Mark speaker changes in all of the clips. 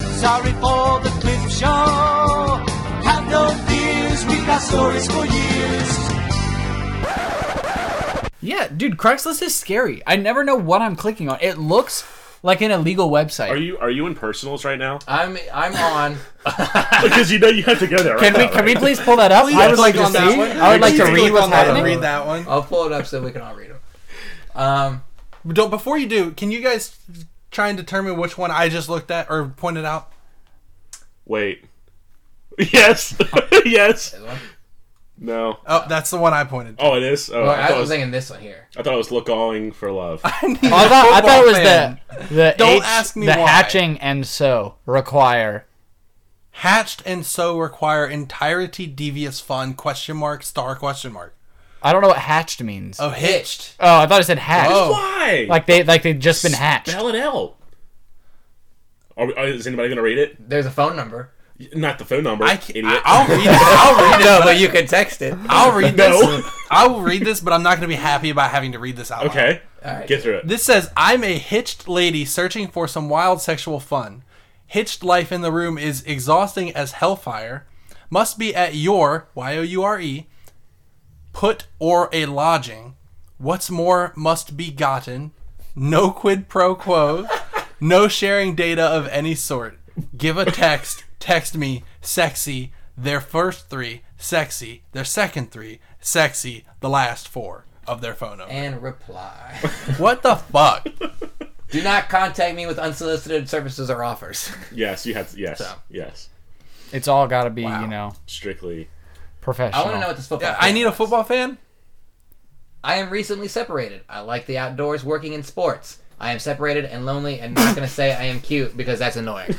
Speaker 1: sorry for the cliff shore. Have no fears, we've got stories for years.
Speaker 2: Yeah, dude, Craigslist is scary. I never know what I'm clicking on. It looks like an illegal website.
Speaker 3: Are you are you in personals right now?
Speaker 4: I'm I'm on.
Speaker 3: Because you know you have to go there.
Speaker 2: can
Speaker 3: Right
Speaker 2: we
Speaker 3: now,
Speaker 2: can we
Speaker 3: right?
Speaker 2: please pull that up? I would like to
Speaker 5: click on
Speaker 2: see.
Speaker 5: that one.
Speaker 2: I would like
Speaker 5: Please
Speaker 2: to
Speaker 5: click
Speaker 2: read
Speaker 5: on
Speaker 2: what's
Speaker 5: that and
Speaker 2: happening.
Speaker 5: Read that one.
Speaker 4: I'll pull it up so we can all read them. Um,
Speaker 5: Don't, before you do, can you guys try and determine which one I just looked at or pointed out?
Speaker 3: Wait. Yes. yes.
Speaker 4: this one.
Speaker 3: No.
Speaker 5: Oh, that's the one I pointed.
Speaker 3: Oh, it is. Oh,
Speaker 4: Well,
Speaker 3: I,
Speaker 4: I,
Speaker 3: thought it
Speaker 4: was
Speaker 3: was,
Speaker 4: thinking this one here.
Speaker 3: I thought it was look going for love. Oh.
Speaker 2: I thought, I thought it was
Speaker 5: Football
Speaker 2: the the
Speaker 5: Don't
Speaker 2: H-
Speaker 5: ask me
Speaker 2: the
Speaker 5: why.
Speaker 2: hatching and so require.
Speaker 5: Hatched and so require entirety devious fun question mark star question mark.
Speaker 2: I don't know what hatched means. Oh,
Speaker 5: Oh, hitched.
Speaker 2: I thought it said hatched.
Speaker 5: Oh.
Speaker 3: Why?
Speaker 2: Like they like they've just been hatched.
Speaker 3: Spell it out. Are we, are, is anybody gonna read it?
Speaker 4: There's a phone number.
Speaker 3: Not the phone number.
Speaker 5: I can,
Speaker 3: idiot.
Speaker 5: I'll read this. I'll read
Speaker 4: No, but you can text it.
Speaker 5: I'll read
Speaker 3: No.
Speaker 5: this. I will read this, but I'm not going to be happy about having to read this out. loud.
Speaker 3: okay.
Speaker 4: Alright.
Speaker 3: Get through it.
Speaker 5: This says, I'm a hitched lady searching for some wild sexual fun. Hitched life in the room is exhausting as hellfire. Must be at your, Y O U R E, put or a lodging. What's more must be gotten. No quid pro quo. no sharing data of any sort. Give a text. Text me, sexy, their first three, sexy, their second three, sexy, the last four of their phone number.
Speaker 4: And reply.
Speaker 5: What the fuck?
Speaker 4: Do not contact me with unsolicited services or offers.
Speaker 3: Yes, you have. To, yes,
Speaker 4: So.
Speaker 3: yes.
Speaker 2: It's all got to be you know
Speaker 3: Strictly.
Speaker 2: professional.
Speaker 4: I want to know what this football.
Speaker 5: Yeah, I
Speaker 4: thing
Speaker 5: need a
Speaker 4: was.
Speaker 5: football fan.
Speaker 4: I am recently separated. I like the outdoors, working in sports. I am separated and lonely, and not gonna say I am cute because that's annoying.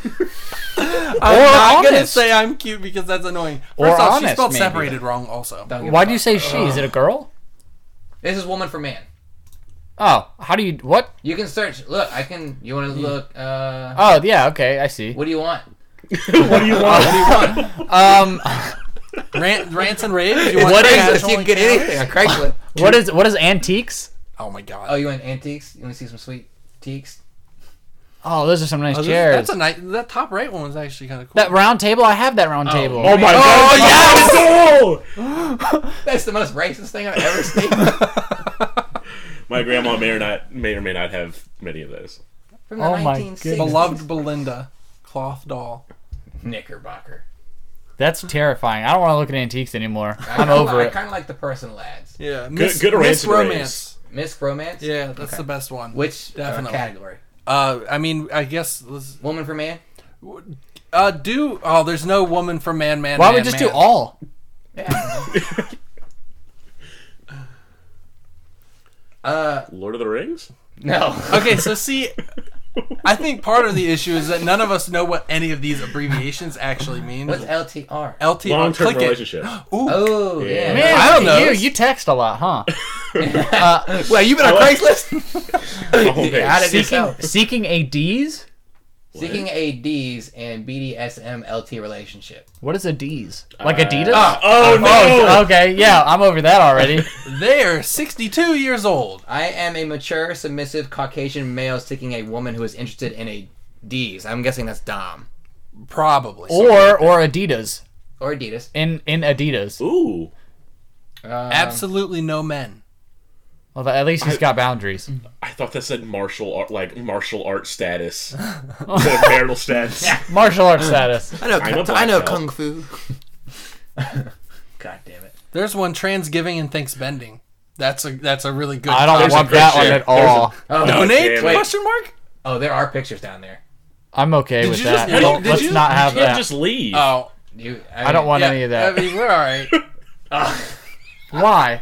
Speaker 2: Or
Speaker 5: I'm not gonna
Speaker 2: honest.
Speaker 5: say I'm cute because that's annoying. First
Speaker 2: Or
Speaker 5: off, she
Speaker 2: honest,
Speaker 5: spelled
Speaker 2: maybe.
Speaker 5: separated wrong. Also,
Speaker 4: Don't give a
Speaker 2: Why do you
Speaker 4: fuck.
Speaker 2: say she? Is it a girl?
Speaker 4: This is woman for man.
Speaker 2: Oh, how do you what?
Speaker 4: You can search. Look, I can. You want to look? Uh,
Speaker 2: Oh yeah, okay, I see.
Speaker 4: what do you want?
Speaker 3: what do you want?
Speaker 2: Um,
Speaker 5: rant, rants and raves. You
Speaker 2: What
Speaker 5: to
Speaker 2: is
Speaker 5: add
Speaker 2: this?
Speaker 5: something
Speaker 4: You can get
Speaker 5: like that?
Speaker 4: anything on Craigslist.
Speaker 2: what is what is antiques?
Speaker 5: Oh my
Speaker 4: oh,
Speaker 5: god.
Speaker 4: you want antiques? You want to see some sweet teaks?
Speaker 2: Oh, those are some nice
Speaker 5: Oh, this-
Speaker 2: chairs.
Speaker 5: That's a nice. That top right one was actually kind of cool.
Speaker 2: that round table, I have that round table.
Speaker 3: Oh my god! Oh yes!
Speaker 4: That's the most racist thing I've ever seen.
Speaker 3: My grandma may or not may or may not have many of those.
Speaker 4: From the
Speaker 2: Oh my
Speaker 4: 1960s.
Speaker 5: Beloved Belinda cloth doll.
Speaker 4: Knickerbocker.
Speaker 2: That's terrifying. I don't want to look at antiques anymore. I'm over
Speaker 4: I
Speaker 2: it.
Speaker 4: kind of like the person lads.
Speaker 5: Yeah,
Speaker 3: good rants
Speaker 5: Miss
Speaker 3: and
Speaker 5: Romance.
Speaker 4: Miss romance.
Speaker 5: Yeah, that's the best one.
Speaker 4: Which uh,
Speaker 5: Definitely.
Speaker 4: category?
Speaker 5: Uh, I mean, I guess. Let's,
Speaker 4: Woman for man.
Speaker 5: uh, do oh, there's no woman for man, man.
Speaker 2: Why don't
Speaker 5: man,
Speaker 2: we just do
Speaker 5: man.
Speaker 2: all?
Speaker 4: Uh,
Speaker 3: Lord of the Rings.
Speaker 4: no.
Speaker 5: Okay, so see, I think part of the issue is that none of us know what any of these abbreviations actually mean.
Speaker 4: What's LTR?
Speaker 5: LT
Speaker 3: Long term
Speaker 5: click it.
Speaker 3: relationship.
Speaker 5: Ooh,
Speaker 4: oh
Speaker 3: Yeah.
Speaker 4: yeah.
Speaker 2: Man,
Speaker 5: I don't
Speaker 2: look at
Speaker 5: know.
Speaker 2: You, you text a lot, huh?
Speaker 4: Well, you been on Craigslist?
Speaker 3: My homepage.
Speaker 4: How did this
Speaker 2: Seeking,
Speaker 4: out?
Speaker 2: seeking ADs?
Speaker 4: Seeking ADs and BDSM LT relationship.
Speaker 2: What is ADs? Like Adidas?
Speaker 3: Uh, Oh no!
Speaker 2: Oh, okay, yeah, I'm over that already.
Speaker 5: They're 62 years old.
Speaker 4: I am a mature, submissive Caucasian male seeking a woman who is interested in a D's. I'm guessing that's Dom
Speaker 5: Probably.
Speaker 2: or or Adidas.
Speaker 4: or Adidas.
Speaker 2: In in Adidas.
Speaker 3: Ooh.
Speaker 4: Um,
Speaker 5: Absolutely no men.
Speaker 2: Well, at least he's got boundaries.
Speaker 3: I thought that said martial art, like martial art status, instead of marital status.
Speaker 2: Martial arts status.
Speaker 4: I know.
Speaker 3: I'm a black belt.
Speaker 4: fu. God damn it!
Speaker 5: There's one trans giving and thanks bending. That's a that's a really good.
Speaker 2: I don't
Speaker 3: There's a
Speaker 2: want that one
Speaker 3: picture.
Speaker 2: at all.
Speaker 4: Oh,
Speaker 5: donate
Speaker 3: Damn it.
Speaker 5: question mark.
Speaker 4: oh, there are pictures down there.
Speaker 2: I'm okay with
Speaker 5: you
Speaker 2: that.
Speaker 5: just- how do you-
Speaker 2: Don't-
Speaker 5: did
Speaker 2: Let's
Speaker 5: you-
Speaker 2: not
Speaker 3: You
Speaker 2: have
Speaker 3: can't
Speaker 2: that.
Speaker 3: just leave.
Speaker 5: Oh,
Speaker 4: You,
Speaker 2: I don't
Speaker 4: mean,
Speaker 2: want
Speaker 5: yeah,
Speaker 2: any of that.
Speaker 5: I mean, we're all right
Speaker 2: Why?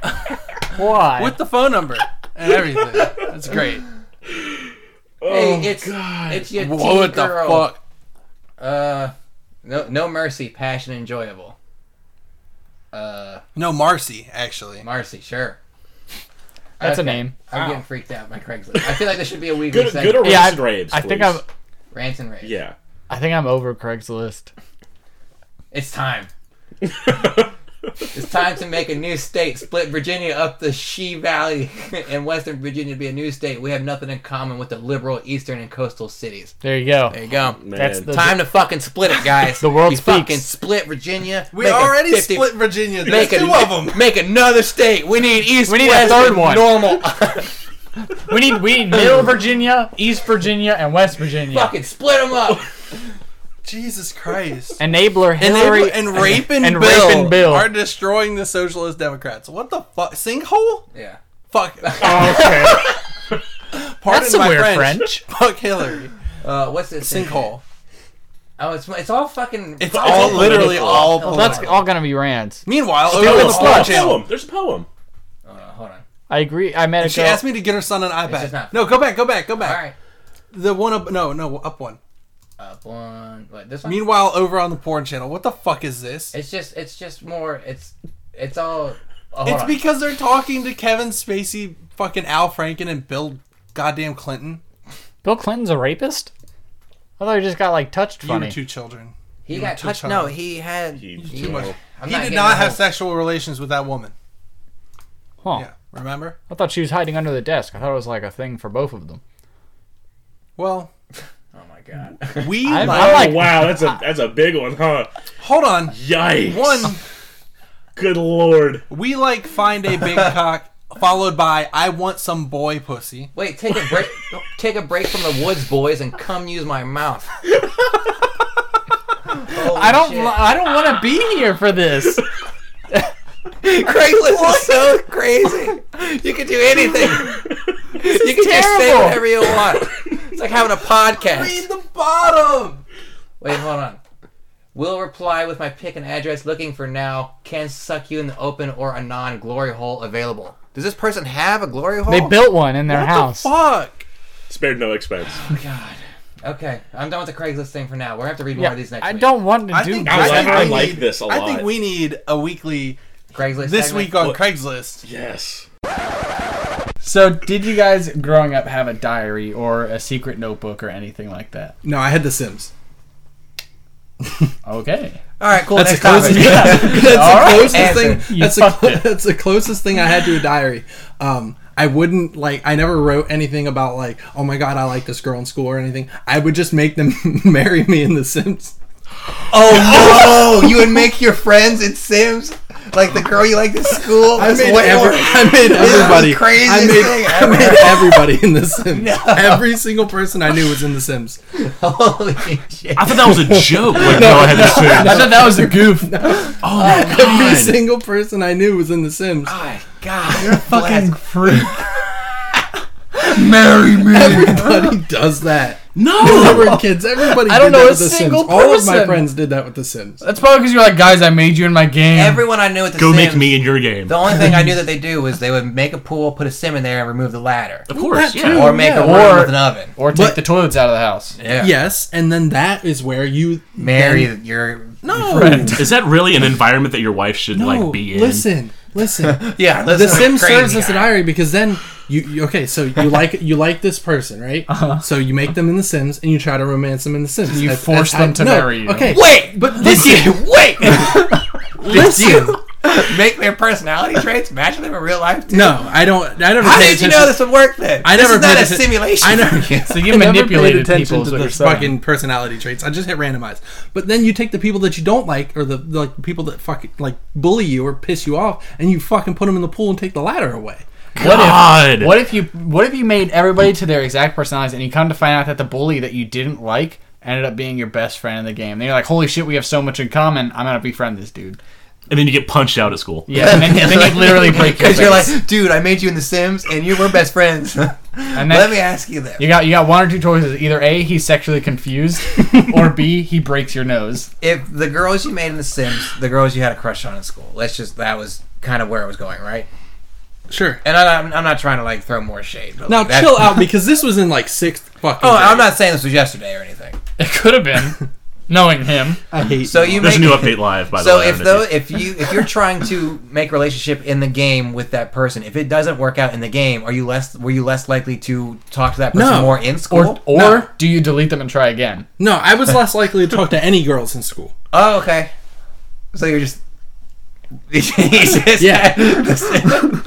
Speaker 2: Why?
Speaker 5: with the phone number and everything. That's great.
Speaker 3: oh
Speaker 4: Hey, it's
Speaker 3: god!
Speaker 4: it's your
Speaker 5: Whoa, what
Speaker 4: teen
Speaker 5: the
Speaker 4: girl.
Speaker 5: fuck?
Speaker 4: Uh, no, no mercy, passion, enjoyable. Uh,
Speaker 5: No, Marcy actually.
Speaker 4: Marcy, sure.
Speaker 2: That's a
Speaker 4: Okay.
Speaker 2: name.
Speaker 4: I'm getting freaked out by Craigslist. I feel like this should be a weekly
Speaker 3: good,
Speaker 4: segment.
Speaker 3: good or
Speaker 2: Yeah,
Speaker 3: yeah,
Speaker 2: I-
Speaker 3: raves.
Speaker 2: I think
Speaker 3: please.
Speaker 2: I'm.
Speaker 4: Rants and raves.
Speaker 3: Yeah.
Speaker 2: I think I'm over Craigslist.
Speaker 4: It's time. It's time to make a new state. Split Virginia up the She Valley and Western Virginia to be a new state. We have nothing in common with the liberal eastern and coastal cities.
Speaker 2: There you go.
Speaker 4: There you go.
Speaker 3: Man.
Speaker 2: That's the-
Speaker 4: Time to fucking split it, guys.
Speaker 2: The world
Speaker 4: you
Speaker 2: speaks.
Speaker 4: fucking split Virginia.
Speaker 5: We
Speaker 4: Make a
Speaker 5: already
Speaker 4: 50
Speaker 5: split Virginia. There's
Speaker 4: Make a,
Speaker 5: two of them.
Speaker 4: Make another state. We need east.
Speaker 2: We need a
Speaker 4: west,
Speaker 2: third
Speaker 4: and
Speaker 2: one.
Speaker 4: Normal.
Speaker 2: We need we need Middle Virginia, East Virginia, and West Virginia.
Speaker 4: fucking split them up.
Speaker 5: Jesus Christ.
Speaker 2: Enabler
Speaker 5: And, they-
Speaker 2: Hillary
Speaker 5: and Rape and,
Speaker 2: and
Speaker 5: Bill,
Speaker 2: Rape and Bill.
Speaker 5: are destroying the Socialist Democrats. What the fuck? Sinkhole?
Speaker 4: Yeah.
Speaker 5: Fuck.
Speaker 2: Oh, okay.
Speaker 5: Pardon
Speaker 2: That's some
Speaker 5: my
Speaker 2: weird
Speaker 5: French.
Speaker 2: French.
Speaker 5: Fuck Hillary.
Speaker 4: Uh, what's this? thing?
Speaker 5: Sinkhole.
Speaker 4: Oh, it's it's all fucking.
Speaker 5: It's all literally
Speaker 4: political.
Speaker 5: all
Speaker 4: Hold on,
Speaker 2: That's
Speaker 4: hold on.
Speaker 2: all gonna be rants.
Speaker 5: Meanwhile, over
Speaker 2: Still
Speaker 5: on
Speaker 2: in
Speaker 5: the
Speaker 2: the
Speaker 5: Porn
Speaker 2: slush.
Speaker 3: There's a
Speaker 5: channel,
Speaker 3: poem. There's a poem.
Speaker 4: Hold on, uh, hold on.
Speaker 2: I agree. I met a
Speaker 5: she
Speaker 2: girl.
Speaker 5: asked me to get her son an
Speaker 4: just
Speaker 5: iPad.
Speaker 4: not-
Speaker 5: No, go back, go back, go
Speaker 4: All
Speaker 5: back.
Speaker 4: right.
Speaker 5: The one up, no, no, up one.
Speaker 4: Up one. What this one?
Speaker 5: Meanwhile, over on the porn channel, what the fuck is this?
Speaker 4: It's just it's just more. It's it's all. Oh, hold
Speaker 5: It's
Speaker 4: on.
Speaker 5: because they're talking to Kevin Spacey, fucking Al Franken, and Bill goddamn Clinton.
Speaker 2: Bill Clinton's a rapist. I thought he just got like touched
Speaker 5: You were
Speaker 2: funny.
Speaker 5: two children.
Speaker 4: he
Speaker 5: you
Speaker 4: got
Speaker 5: were too
Speaker 4: touched.
Speaker 5: child.
Speaker 4: No, he had.
Speaker 3: He-
Speaker 5: Too much.
Speaker 4: I'm
Speaker 5: he did
Speaker 4: getting
Speaker 5: not
Speaker 4: the
Speaker 5: have
Speaker 4: whole-
Speaker 5: sexual relations with that woman.
Speaker 2: huh.
Speaker 5: Yeah, remember?
Speaker 2: I thought she was hiding under the desk. I thought it was like a thing for both of them.
Speaker 5: Well,
Speaker 4: Oh my god.
Speaker 5: we
Speaker 2: I'm-
Speaker 5: like-
Speaker 2: I'm
Speaker 3: Oh
Speaker 2: like-
Speaker 3: wow, that's a that's a big one, huh?
Speaker 5: hold on.
Speaker 3: Yikes!
Speaker 5: One,
Speaker 3: good lord.
Speaker 5: we like find a big cock, followed by I want some boy pussy.
Speaker 4: Wait, take a break. take a break from the woods, boys, and come use my mouth. Holy
Speaker 2: I don't.
Speaker 4: shit.
Speaker 2: li- I don't want to be here for this.
Speaker 4: Craigslist is so crazy. You can do anything. you can just say
Speaker 2: terrible.
Speaker 4: whatever you want. It's like having a podcast.
Speaker 5: Read the bottom.
Speaker 4: Wait, hold on. Will reply with my pick and address looking for now. Can suck you in the open or a non glory hole available. Does this person have a glory hole?
Speaker 2: They built one in their house.
Speaker 5: Fuck.
Speaker 3: Spared no expense.
Speaker 4: God. Okay, I'm done with the Craigslist thing for now. We're gonna have to read more
Speaker 2: Yeah,
Speaker 4: of these next
Speaker 2: I
Speaker 4: week.
Speaker 2: don't want to do.
Speaker 3: I
Speaker 2: this.
Speaker 3: like-
Speaker 5: we
Speaker 3: I like
Speaker 5: need-
Speaker 3: this a
Speaker 5: I think
Speaker 3: lot.
Speaker 5: we need a weekly
Speaker 4: Craigslist
Speaker 5: this
Speaker 4: segment.
Speaker 5: week on
Speaker 3: What?
Speaker 5: Craigslist.
Speaker 3: Yes.
Speaker 2: So, did you guys growing up have a diary or a secret notebook or anything like that?
Speaker 5: No, I had The Sims.
Speaker 2: Okay.
Speaker 4: All right, cool.
Speaker 5: That's
Speaker 4: next
Speaker 5: the closest,
Speaker 4: topic.
Speaker 5: yeah, that's the
Speaker 2: All right.
Speaker 5: closest
Speaker 4: Answer.
Speaker 5: thing.
Speaker 2: You
Speaker 5: That's, the
Speaker 2: fucked
Speaker 5: clo-
Speaker 2: it.
Speaker 5: that's the closest thing I had to a diary. Um, I wouldn't like. I never wrote anything about like, oh my god, I like this girl in school or anything. I would just make them marry me in The Sims.
Speaker 4: Oh no! you would make your friends in Sims like the girl you like at school.
Speaker 5: I
Speaker 4: That's
Speaker 5: made,
Speaker 4: way
Speaker 5: every,
Speaker 4: more-
Speaker 5: I made everybody.
Speaker 4: craziest
Speaker 5: I made,
Speaker 4: thing
Speaker 5: I made everybody in The Sims. Every single person I knew was in The Sims.
Speaker 4: Holy shit!
Speaker 6: I thought that was a joke. Like, no, I had Oh, to say.
Speaker 2: I thought that was a goof.
Speaker 5: Every single person I knew was in The Sims.
Speaker 4: My God, you're
Speaker 2: Fucking freak.
Speaker 6: Marry
Speaker 2: Oh,
Speaker 6: me.
Speaker 5: Everybody does that.
Speaker 6: No.
Speaker 5: When we were kids, everybody.
Speaker 2: I
Speaker 5: did
Speaker 2: don't
Speaker 5: that
Speaker 2: know a
Speaker 5: with The
Speaker 2: single
Speaker 5: Sims. All of my
Speaker 2: person.
Speaker 5: friends did that with The Sims.
Speaker 2: That's probably because you're like, guys, I made you in my game.
Speaker 4: Everyone I knew at the
Speaker 6: Go
Speaker 4: Sims,
Speaker 6: make me in your game.
Speaker 4: The only thing I knew that they do was they would make a pool, put a sim in there, and remove the ladder,
Speaker 6: Of course, yeah.
Speaker 4: or make a
Speaker 5: yeah.
Speaker 4: room
Speaker 2: Or-
Speaker 4: with an oven.
Speaker 2: or take
Speaker 5: But-
Speaker 2: the toilets out of the house.
Speaker 4: Yeah.
Speaker 5: Yes, and then that is where you
Speaker 4: Marry your.
Speaker 5: no.
Speaker 6: Is that really an environment that your wife should
Speaker 5: No,
Speaker 6: like be in?
Speaker 5: listen, listen.
Speaker 4: Yeah,
Speaker 5: the Sim serves as an irony because then you, you okay. So you like you like this person, right? Uh-huh. So you make them in the Sims and you try to romance them in the Sims.
Speaker 2: You force them to marry you.
Speaker 5: Okay,
Speaker 4: Wait, but this you wait.
Speaker 5: listen.
Speaker 4: you make their personality traits match them in real life. Too?
Speaker 5: No, I don't. I don't.
Speaker 4: How did you know this would work then?
Speaker 5: I
Speaker 4: This
Speaker 5: never
Speaker 4: is not
Speaker 5: paid
Speaker 4: a
Speaker 5: atten-
Speaker 4: simulation.
Speaker 5: I never.
Speaker 4: for you.
Speaker 2: So you
Speaker 5: I never paid
Speaker 2: manipulated
Speaker 5: attention
Speaker 2: people is
Speaker 5: to
Speaker 2: what
Speaker 5: the
Speaker 2: you're saying.
Speaker 5: fucking personality traits. I just hit randomize. But then you take the people that you don't like, or the, the like people that fucking like bully you or piss you off, and you fucking put them in the pool and take the ladder away.
Speaker 6: God.
Speaker 2: What if you what if you made everybody to their exact personalities and you come to find out that the bully that you didn't like ended up being your best friend in the game? Then you're like, holy shit, we have so much in common. I'm gonna befriend this dude.
Speaker 6: And then you get punched out at school.
Speaker 2: Yeah, and then, and then you literally break your
Speaker 4: Because you're
Speaker 2: face.
Speaker 4: like, dude, I made you in The Sims, and you were best friends.
Speaker 2: and
Speaker 4: Let
Speaker 2: then
Speaker 4: me ask you this:
Speaker 2: you got you got one or two choices. Either A, he's sexually confused, or B, he breaks your nose.
Speaker 4: if the girls you made in The Sims, the girls you had a crush on in school, let's just that was kind of where it was going, right?
Speaker 5: Sure.
Speaker 4: And I, I'm, I'm not trying to like throw more shade. But
Speaker 5: Now
Speaker 4: like, that-
Speaker 5: chill out because this was in like sixth fucking.
Speaker 4: Oh,
Speaker 5: grade.
Speaker 4: I'm not saying this was yesterday or anything.
Speaker 2: It could have been, knowing him.
Speaker 4: Uh,
Speaker 5: I hate.
Speaker 4: So you
Speaker 6: There's
Speaker 4: make
Speaker 6: a new update live, by the
Speaker 4: so
Speaker 6: way. I
Speaker 4: if
Speaker 6: don't know
Speaker 4: though if you if you're trying to make a relationship in the game with that person, if it doesn't work out in the game, are you less were you less likely to talk to that person
Speaker 5: No.
Speaker 4: more in school?
Speaker 2: Or or
Speaker 5: No.
Speaker 2: do you delete them and try again?
Speaker 5: no, I was less likely to talk to any girls in school.
Speaker 4: oh, okay. So you're just
Speaker 5: Yeah.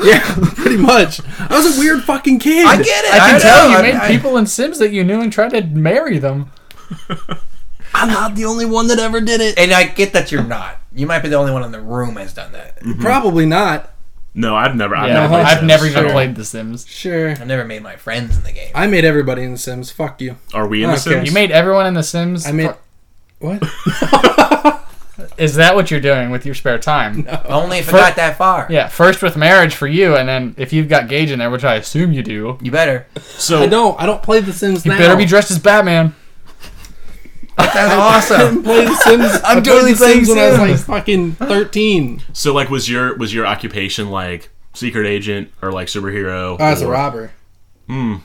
Speaker 5: yeah, pretty much. I was a weird fucking kid.
Speaker 4: I get it.
Speaker 2: I can tell
Speaker 4: know,
Speaker 2: you
Speaker 4: I-
Speaker 2: made
Speaker 4: I-
Speaker 2: people in Sims that you knew and tried to marry them.
Speaker 5: I'm not the only one that ever did it.
Speaker 4: And I get that you're not. You might be the only one in the room has done that.
Speaker 5: Probably not.
Speaker 6: No, I've never. I've
Speaker 2: Yeah,
Speaker 6: never played
Speaker 2: I've
Speaker 6: Sims.
Speaker 2: never even played The Sims.
Speaker 5: Sure.
Speaker 4: I've never made my friends in the game.
Speaker 5: I made everybody in The Sims. Fuck you.
Speaker 6: Are we in
Speaker 5: Okay.
Speaker 6: the Sims?
Speaker 2: You made everyone in The Sims.
Speaker 5: I made. What?
Speaker 2: Is that what you're doing with your spare time?
Speaker 4: Only if I got that far.
Speaker 2: Yeah, first with marriage for you, and then if you've got Gage in there, which I assume you do,
Speaker 4: You better.
Speaker 6: so
Speaker 5: I don't. I don't play The Sims
Speaker 2: you
Speaker 5: now.
Speaker 2: better be dressed as Batman.
Speaker 4: That's awesome.
Speaker 5: play The Sims. I played
Speaker 4: totally
Speaker 5: The Sims Oh,
Speaker 4: playing
Speaker 5: when I was
Speaker 4: Sims.
Speaker 5: like fucking thirteen.
Speaker 6: so like was your was your occupation like secret agent or like superhero?
Speaker 5: I was Oh, a
Speaker 6: or-
Speaker 5: robber. Hmm.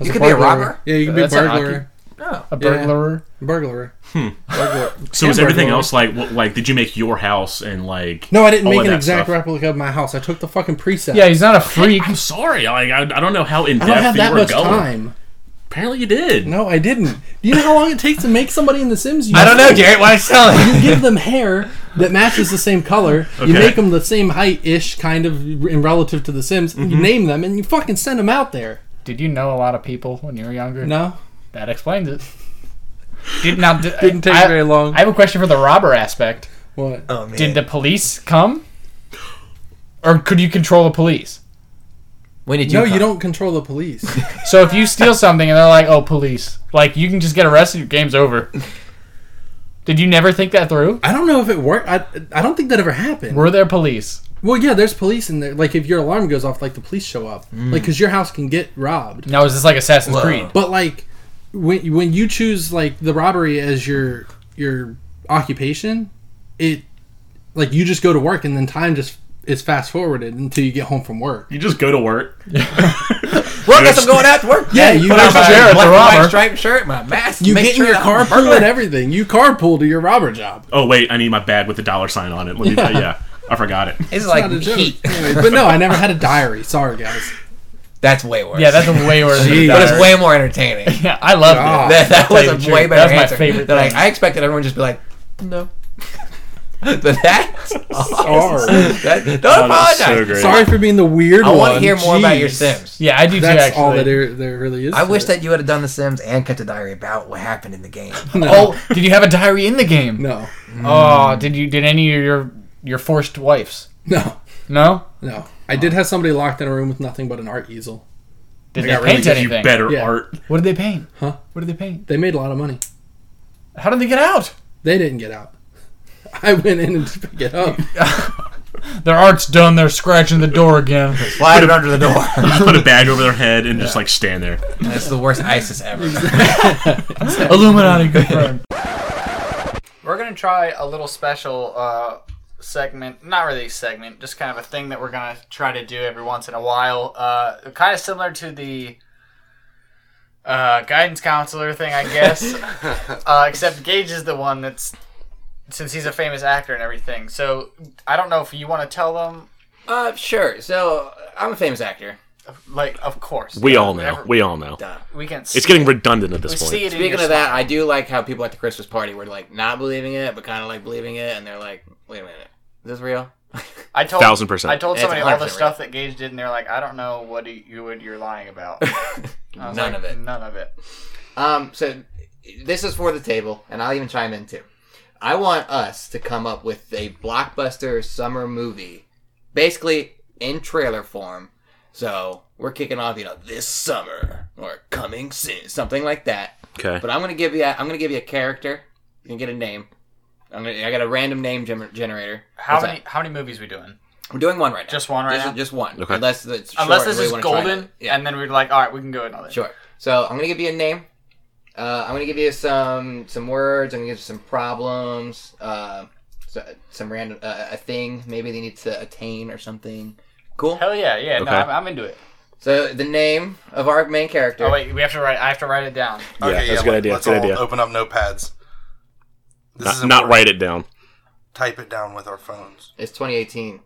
Speaker 4: You could be a robber?
Speaker 5: Yeah, you could be a
Speaker 2: That's an
Speaker 5: burglar. Oh.
Speaker 4: No.
Speaker 2: A burglarer.
Speaker 5: Burglar.
Speaker 4: Hmm.
Speaker 5: Burglar.
Speaker 6: So
Speaker 5: And
Speaker 6: was everything
Speaker 5: burglar.
Speaker 6: else like what, like did you make your house and like?
Speaker 5: No, I didn't
Speaker 6: all
Speaker 5: make
Speaker 6: of
Speaker 5: an
Speaker 6: that
Speaker 5: exact
Speaker 6: stuff?
Speaker 5: replica of my house. I took the fucking preset.
Speaker 2: Yeah, he's not a freak.
Speaker 6: I'm sorry, like I, I don't know how in
Speaker 5: I don't
Speaker 6: depth
Speaker 5: have
Speaker 6: you
Speaker 5: that
Speaker 6: were
Speaker 5: much
Speaker 6: going.
Speaker 5: time.
Speaker 6: Apparently, you did.
Speaker 5: No, I didn't. Do you know how long it takes to make somebody in The Sims? You
Speaker 4: I don't know, Garrett. Why sell
Speaker 5: You
Speaker 4: it?
Speaker 5: give them hair that matches the same color. You
Speaker 6: Okay.
Speaker 5: make them the same height ish, kind of, in relative to The Sims. and You name them, and you fucking send them out there.
Speaker 2: Did you know a lot of people when you were younger?
Speaker 5: No,
Speaker 2: That explains it. Did now did,
Speaker 5: Didn't take
Speaker 2: I-
Speaker 5: very long.
Speaker 2: I have a question for the robber aspect.
Speaker 5: what?
Speaker 4: Oh, man.
Speaker 2: Did the police come, or could you control the police?
Speaker 4: when did you?
Speaker 5: no, you
Speaker 4: come?
Speaker 5: don't control the police.
Speaker 2: So if you steal something and they're like, "Oh, police," like you can just get arrested. Your game's over. Did you never think that through?
Speaker 5: I don't know if it worked. I, I don't think that ever happened.
Speaker 2: Were there police?
Speaker 5: well, yeah, there's police in there. Like if your alarm goes off, like the police show up, Like 'cause
Speaker 4: Mm.
Speaker 5: like because your house can get robbed.
Speaker 2: Now is this like Assassin's
Speaker 4: Whoa.
Speaker 2: Creed?
Speaker 5: But like when when you choose like the robbery as your your occupation, it like you just go to work and then time just is fast forwarded until you get home from work.
Speaker 6: You just go to work.
Speaker 4: Work as I'm going out to work.
Speaker 5: Yeah, you
Speaker 4: put
Speaker 5: go
Speaker 4: on
Speaker 5: to
Speaker 4: my
Speaker 2: Jared, the
Speaker 4: black and
Speaker 2: robber.
Speaker 4: white striped shirt, my mask.
Speaker 5: You
Speaker 4: make
Speaker 5: get in
Speaker 4: sure
Speaker 5: your
Speaker 4: I'm
Speaker 5: car
Speaker 4: a
Speaker 5: pool and
Speaker 4: burglar.
Speaker 5: everything. You carpool to your robber job.
Speaker 6: Oh wait, I need my bag with the dollar sign on it. Let me, yeah. I forgot it.
Speaker 4: It's like
Speaker 5: Not a joke.
Speaker 4: heat.
Speaker 5: Anyway, but no, I never had a diary. Sorry, guys.
Speaker 4: That's way worse.
Speaker 2: Yeah, that's a way worse. than
Speaker 5: Jeez.
Speaker 2: a
Speaker 4: But it's
Speaker 2: diary.
Speaker 4: way more entertaining.
Speaker 2: Yeah, I loved
Speaker 5: God.
Speaker 2: it.
Speaker 4: that that
Speaker 2: I'll
Speaker 4: was
Speaker 2: tell
Speaker 4: a
Speaker 2: you the
Speaker 4: way
Speaker 2: truth.
Speaker 4: better
Speaker 2: That's my
Speaker 4: answer.
Speaker 2: favorite
Speaker 4: They're like,
Speaker 2: thing.
Speaker 4: I expected everyone to just be like, no. but that's
Speaker 5: Sorry.
Speaker 4: that, don't
Speaker 6: Oh, that's
Speaker 4: apologize.
Speaker 6: so great.
Speaker 5: Sorry for being the weird
Speaker 4: I
Speaker 5: one.
Speaker 4: want to hear more about your
Speaker 5: Jeez.
Speaker 4: Sims.
Speaker 2: Yeah, I do too.
Speaker 5: That's
Speaker 2: Actually,
Speaker 5: all that there, there really is.
Speaker 4: I
Speaker 5: to
Speaker 4: wish
Speaker 5: it.
Speaker 4: that you had done The Sims and kept a diary about what happened in the game.
Speaker 2: Oh, did you have a diary in the game?
Speaker 5: No,
Speaker 2: Oh, did you? Did any of your your forced wives?
Speaker 5: no,
Speaker 2: No.
Speaker 5: no. I did have somebody locked in a room with nothing but an art easel.
Speaker 2: Did
Speaker 6: I
Speaker 2: they
Speaker 6: got really
Speaker 2: paint
Speaker 6: good, you
Speaker 2: anything?
Speaker 6: better
Speaker 5: Yeah.
Speaker 6: art.
Speaker 2: What did they paint?
Speaker 5: Huh?
Speaker 2: What did they paint?
Speaker 5: They made a lot of money.
Speaker 2: How did they get out?
Speaker 5: They didn't get out. I went in and to pick it up.
Speaker 2: Their art's done. They're scratching the door again.
Speaker 4: Slide it under the door.
Speaker 6: Put a bag over their head and just like stand there.
Speaker 4: that's the worst ISIS ever.
Speaker 2: Illuminati confirmed. We're gonna try a little special uh, segment, not really segment, just kind of a thing that we're gonna try to do every once in a while. Uh, kind of similar to the uh, guidance counselor thing, I guess. uh, except Gage is the one that's since he's a famous actor and everything. So I don't know if you want to tell them.
Speaker 4: Uh, sure. So I'm a famous actor.
Speaker 2: Like, of course,
Speaker 6: We all know.
Speaker 2: Whatever-
Speaker 6: We all know.
Speaker 2: we can.
Speaker 6: It's getting redundant at this
Speaker 2: we
Speaker 6: point.
Speaker 2: see it. in
Speaker 4: Speaking
Speaker 2: your
Speaker 4: of that, I do like how people at the Christmas party were like not believing it, but kind of like believing it, and they're like, "Wait a minute, is this real?"
Speaker 2: I told
Speaker 6: Thousand percent.
Speaker 2: I told
Speaker 4: It's
Speaker 2: somebody all
Speaker 4: 100%
Speaker 2: the
Speaker 4: real.
Speaker 2: stuff that Gage did, and they're like, "I don't know what you, you would you're lying about." I was
Speaker 4: None
Speaker 2: like,
Speaker 4: of it.
Speaker 2: None of it.
Speaker 4: Um, so this is for the table, and I'll even chime in too. I want us to come up with a blockbuster summer movie, basically in trailer form. So we're kicking off, you know, this summer or coming soon, something like that.
Speaker 6: Okay.
Speaker 4: But I'm gonna give you, a, I'm gonna give you a character. You can get a name. I'm gonna, I got a random name gem- generator.
Speaker 2: How
Speaker 4: What's
Speaker 2: many how many movies we doing?
Speaker 4: that? We're doing one right now.
Speaker 2: Just one right
Speaker 4: just,
Speaker 2: now?
Speaker 4: Just one.
Speaker 6: Okay.
Speaker 4: Unless it's short
Speaker 2: Unless
Speaker 4: and
Speaker 2: this
Speaker 4: we
Speaker 2: is
Speaker 4: wanna try
Speaker 2: golden,
Speaker 4: it. Yeah.
Speaker 2: and then we're like, "All right, we can go another."
Speaker 4: Sure. So I'm gonna give you a name. Uh, I'm gonna give you some some words. I'm gonna give you some problems. Uh, so, some random uh, a thing maybe they need to attain or something. Cool.
Speaker 2: Hell yeah, yeah. No,
Speaker 6: Okay.
Speaker 2: I'm, I'm into it.
Speaker 4: So the name of our main character.
Speaker 2: Oh wait, we have to write. I have to write it down.
Speaker 6: Yeah, that's a good
Speaker 7: let-
Speaker 6: idea,
Speaker 7: Let's
Speaker 6: good
Speaker 7: all
Speaker 6: idea.
Speaker 7: open up notepads. This
Speaker 6: Not, not
Speaker 7: important.
Speaker 6: write it down.
Speaker 7: Type it down with our phones.
Speaker 4: It's 2018.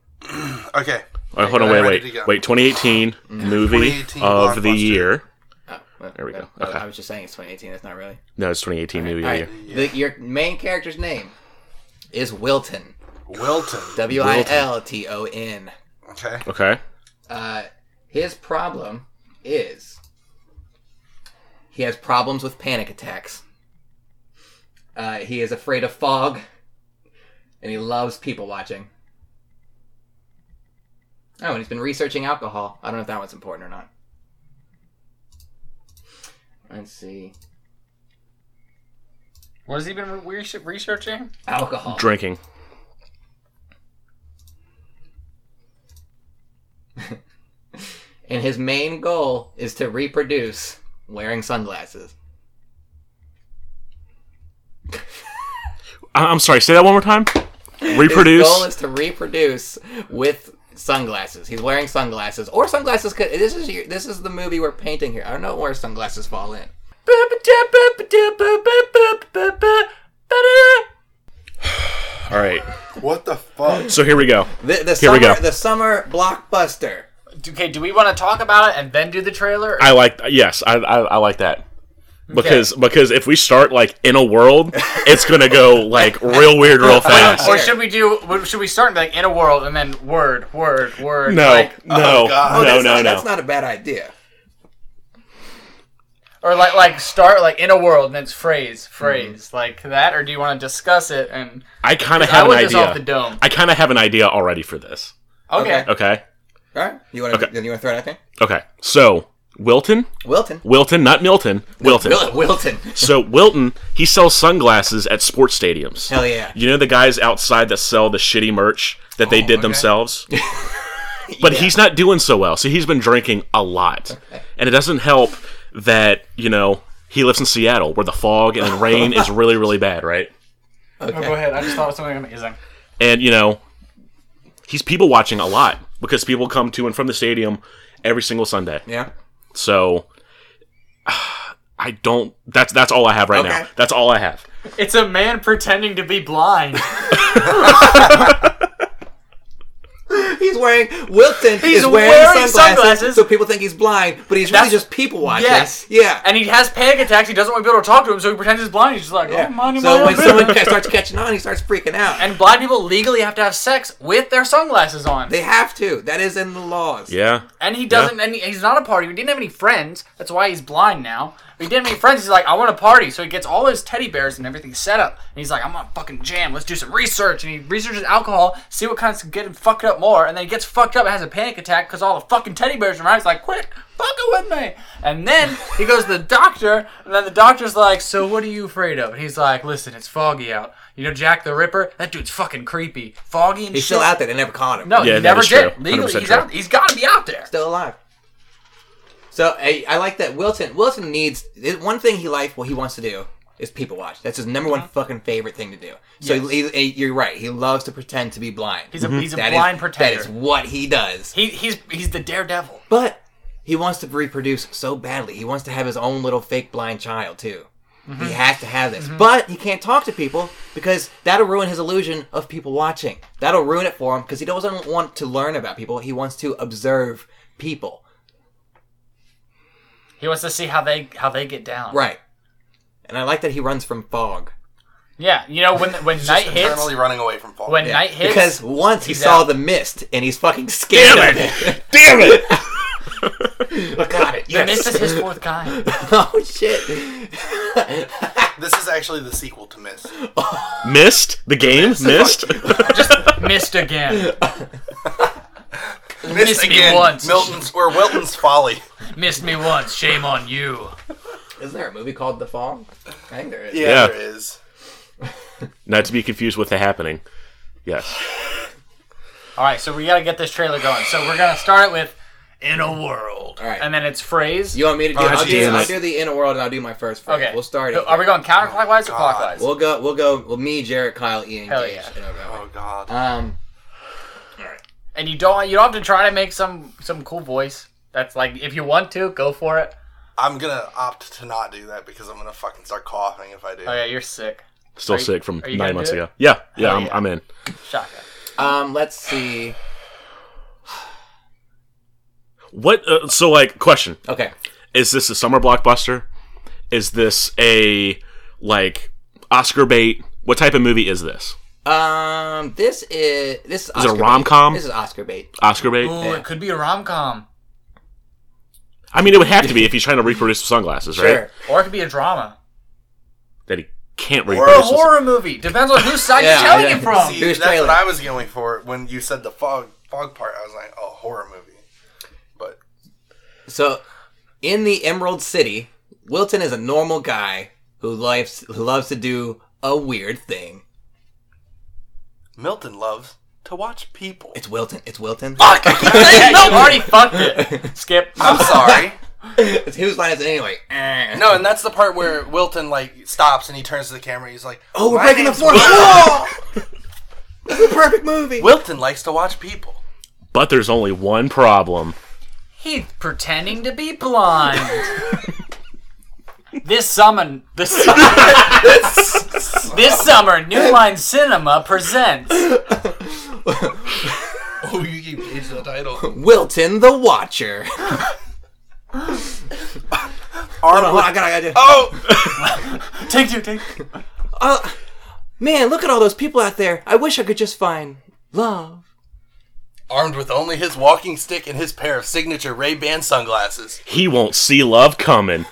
Speaker 7: Okay.
Speaker 6: Oh, hold on,
Speaker 7: I'm
Speaker 6: wait,
Speaker 7: ready to
Speaker 6: wait,
Speaker 7: go.
Speaker 6: wait. 2018 movie
Speaker 7: 2018
Speaker 6: of the
Speaker 7: blockbuster.
Speaker 6: year.
Speaker 4: Oh, well,
Speaker 6: There we go.
Speaker 4: no,
Speaker 6: Okay.
Speaker 4: I was just saying it's 2018. That's not really.
Speaker 6: No, it's 2018 movie
Speaker 4: All
Speaker 6: of the
Speaker 4: right.
Speaker 6: year.
Speaker 4: The, your main character's name is Wilton.
Speaker 7: Wilton.
Speaker 4: W I L T O N.
Speaker 7: Okay.
Speaker 3: Okay.
Speaker 4: Uh, his problem is he has problems with panic attacks. Uh, he is afraid of fog, and he loves people watching. Oh, and he's been researching alcohol. I don't know if that one's important or not. Let's see.
Speaker 2: What has he been re- re- researching?
Speaker 4: Alcohol.
Speaker 3: Drinking.
Speaker 4: And his main goal is to reproduce wearing sunglasses.
Speaker 3: I- I'm sorry. Say that one more time. Reproduce.
Speaker 4: His goal is to reproduce with sunglasses. He's wearing sunglasses or sunglasses. Could, this is your- this is the movie we're painting here. I don't know where sunglasses fall in.
Speaker 3: All right.
Speaker 7: What the fuck?
Speaker 3: So here we go.
Speaker 4: The, the
Speaker 3: Here
Speaker 4: summer,
Speaker 3: we go.
Speaker 4: The summer blockbuster.
Speaker 2: Okay, do we want to talk about it and then do the trailer?
Speaker 3: I like. Yes, I I, I like that. Because because if we start like in a world, it's gonna go like real weird real fast.
Speaker 2: or should we do? Should we start like in a world and then word, word, word?
Speaker 3: No,
Speaker 2: like-
Speaker 3: no,
Speaker 7: God.
Speaker 3: Uh, no,
Speaker 4: Oh, that's
Speaker 3: no,
Speaker 4: not,
Speaker 3: no.
Speaker 4: That's not a bad idea.
Speaker 2: or like like start like in a world and it's phrase, phrase like that. Or do you want to discuss it and
Speaker 3: Mm. I kind of
Speaker 2: I
Speaker 3: have an
Speaker 2: was just off the
Speaker 3: idea.
Speaker 2: dome?
Speaker 3: I kind of have an idea already for this.
Speaker 2: Okay.
Speaker 3: Okay,
Speaker 4: All right. You want to?
Speaker 3: Okay.
Speaker 4: You want to throw it out there?
Speaker 3: okay. So Wilton,
Speaker 4: Wilton.
Speaker 3: Wilton, not Milton, Wilton.
Speaker 4: Wil- Wilton.
Speaker 3: So Wilton, he sells sunglasses at sports stadiums.
Speaker 4: Hell yeah.
Speaker 3: You know the guys outside that sell the shitty merch that
Speaker 4: Oh,
Speaker 3: they did themselves? but he's not doing so well. So he's been drinking a lot. And it doesn't help that, you know, he lives in Seattle where the fog and rain is really, really bad, right?
Speaker 2: Oh, go ahead. I just thought of something amazing.
Speaker 3: And, you know, he's people watching a lot because people come to and from the stadium every single Sunday.
Speaker 4: Yeah.
Speaker 3: So I don't that's that's all I have right now.
Speaker 4: Okay.
Speaker 3: That's all I have.
Speaker 2: It's a man pretending to be blind.
Speaker 4: He's wearing Wilton. is wearing,
Speaker 2: wearing
Speaker 4: sunglasses,
Speaker 2: sunglasses.
Speaker 4: so people think he's blind, but he's
Speaker 2: That's-
Speaker 4: really just people watching.
Speaker 2: Yes.
Speaker 4: Yeah.
Speaker 2: And he has panic attacks. He doesn't want to be able to talk to him, so he pretends he's blind. He's just like,
Speaker 4: Yeah.
Speaker 2: oh, money,
Speaker 4: so when
Speaker 2: money.
Speaker 4: someone ca- starts catching on, he starts freaking out.
Speaker 2: and blind people legally have to have sex with their sunglasses on.
Speaker 4: They have to. That is in the laws.
Speaker 3: Yeah.
Speaker 2: And he doesn't. And he- he's not a party. He didn't have any friends. That's why he's blind now. He didn't have any friends. He's like, I want a party. So he gets all his teddy bears and everything set up. And he's like, I'm gonna fucking jam. Let's do some research. And he researches alcohol, see what kinds can get him fucked up more. And then he gets fucked up and has a panic attack because all the fucking teddy bears are around. He's like, quit fucking with me. And then he goes to the doctor. And then the doctor's like, So what are you afraid of? And he's like, Listen, it's foggy out. You know Jack the Ripper? That dude's fucking creepy. Foggy and
Speaker 4: He's
Speaker 2: shit.
Speaker 4: still out there. They never caught him.
Speaker 2: No,
Speaker 3: Yeah,
Speaker 2: he
Speaker 3: that
Speaker 2: never
Speaker 3: is
Speaker 2: did.
Speaker 3: true.
Speaker 2: Legally,
Speaker 3: 100%
Speaker 2: he's
Speaker 3: true.
Speaker 2: out. He's got to be out there.
Speaker 4: still alive. So I, I like that Wilton. Wilton needs the one thing he like. What he wants to do is people watch. That's his number one
Speaker 2: Uh-huh.
Speaker 4: fucking favorite thing to do. So he, he- you're right. He loves to pretend to be blind. Mm-hmm.
Speaker 2: He's a, he's a
Speaker 4: That is-
Speaker 2: blind pretender.
Speaker 4: That is what he does.
Speaker 2: he, he's he's the daredevil.
Speaker 4: But he wants to reproduce so badly. He wants to have his own little fake blind child too. He has to have this, but he can't talk to people because that'll ruin his illusion of people watching. That'll ruin it for him because he doesn't want to learn about people. He wants to observe people.
Speaker 2: He wants to see how they how they get down.
Speaker 4: Right. And I like that he runs from fog.
Speaker 2: Yeah. You know when when night
Speaker 7: Just
Speaker 2: hits
Speaker 7: internally running away from fog.
Speaker 2: when night hits
Speaker 4: because once he
Speaker 2: he's
Speaker 4: saw
Speaker 2: out.
Speaker 4: the mist and he's fucking scared
Speaker 3: Damn
Speaker 4: of it.
Speaker 3: Damn it!
Speaker 4: Got it.
Speaker 2: the
Speaker 4: Yes.
Speaker 2: mist is his fourth kind.
Speaker 4: oh shit.
Speaker 7: This is actually the sequel to Miss.
Speaker 3: Missed the game. Missed.
Speaker 2: missed again.
Speaker 7: Miss
Speaker 2: me once.
Speaker 7: Milton's or Wilton's Folly.
Speaker 2: missed me once. Shame on you.
Speaker 4: Isn't there a movie called The Fog? I think there is.
Speaker 7: Yeah,
Speaker 3: Yeah.
Speaker 7: there is.
Speaker 3: Not to be confused with the happening. Yes.
Speaker 2: All right. So we got to get this trailer going. So we're gonna start it with in a world.
Speaker 4: All right.
Speaker 2: And then it's phrase.
Speaker 4: You want me to do? I'll, do
Speaker 3: damn
Speaker 4: I'll
Speaker 3: it.
Speaker 4: do the inner world and I'll do my first. Frame.
Speaker 2: okay.
Speaker 4: We'll start
Speaker 2: So
Speaker 4: it.
Speaker 2: Are we going counterclockwise or
Speaker 7: God.
Speaker 2: clockwise?
Speaker 4: We'll go. We'll go. Well, me, Jarrett, Kyle, Ian,
Speaker 2: Hell
Speaker 4: Gage,
Speaker 2: yeah.
Speaker 4: and over.
Speaker 7: Oh God.
Speaker 4: Um,
Speaker 2: and you don't you don't have to try to make some some cool voice. That's like if you want to, go for it.
Speaker 7: I'm gonna opt to not do that because I'm gonna fucking start coughing if I do.
Speaker 2: Oh yeah, you're sick.
Speaker 3: Still
Speaker 2: Are you-
Speaker 3: sick from
Speaker 2: are you
Speaker 3: nine
Speaker 2: gonna
Speaker 3: months
Speaker 2: do it?
Speaker 3: ago. Yeah. Yeah.
Speaker 2: Hell
Speaker 3: I'm,
Speaker 2: yeah.
Speaker 3: I'm in.
Speaker 2: Shaka.
Speaker 4: um, let's see.
Speaker 3: What? Uh, so, like, question:
Speaker 4: Okay.
Speaker 3: Is this a summer blockbuster? Is this a like Oscar bait? What type of movie is this?
Speaker 4: Um, this is this is,
Speaker 3: Is it a
Speaker 4: Oscar bait.
Speaker 3: rom-com?
Speaker 4: This is Oscar bait.
Speaker 3: Oscar bait.
Speaker 2: Ooh, it could be a rom com,
Speaker 3: I mean, it would have to be if he's trying to reproduce the sunglasses, right?
Speaker 4: Sure.
Speaker 2: or it could be a drama,
Speaker 3: That he can't
Speaker 2: or a
Speaker 3: reproduce. the-
Speaker 2: horror movie. Depends on whose side
Speaker 4: Yeah,
Speaker 2: you're telling
Speaker 4: yeah.
Speaker 2: it from.
Speaker 7: See,
Speaker 4: Here's
Speaker 7: that's
Speaker 4: Taylor.
Speaker 7: what I was going for when you said the fog fog part. I was like, oh, horror movie. But
Speaker 4: So, in the Emerald City, Wilton is a normal guy who loves who loves to do a weird thing.
Speaker 7: Milton loves to watch people.
Speaker 4: It's Wilton. It's Wilton.
Speaker 2: Fuck! you already fucked it. Skip.
Speaker 7: I'm sorry.
Speaker 4: It's whose line is it anyway? Eh.
Speaker 5: No, and that's the part where Wilton like stops and he turns to the camera. He's like,
Speaker 4: Oh, we're
Speaker 7: My
Speaker 4: breaking the
Speaker 7: name's
Speaker 4: fourth wall. This is a perfect movie.
Speaker 7: Wilton likes to watch people.
Speaker 3: But there's only one problem.
Speaker 2: He's pretending to be blind. this summer, this summer, this summer, New Line Cinema presents.
Speaker 7: Oh, you keep changing the title.
Speaker 4: Wilton the Watcher. Hold on, hold on, I gotta- I gotta-
Speaker 7: Oh,
Speaker 2: Take two, take. two.
Speaker 4: Man, look at all those people out there. I wish I could just find love.
Speaker 7: armed with only his walking stick and his pair of signature Ray Ban sunglasses.
Speaker 3: He won't see love coming.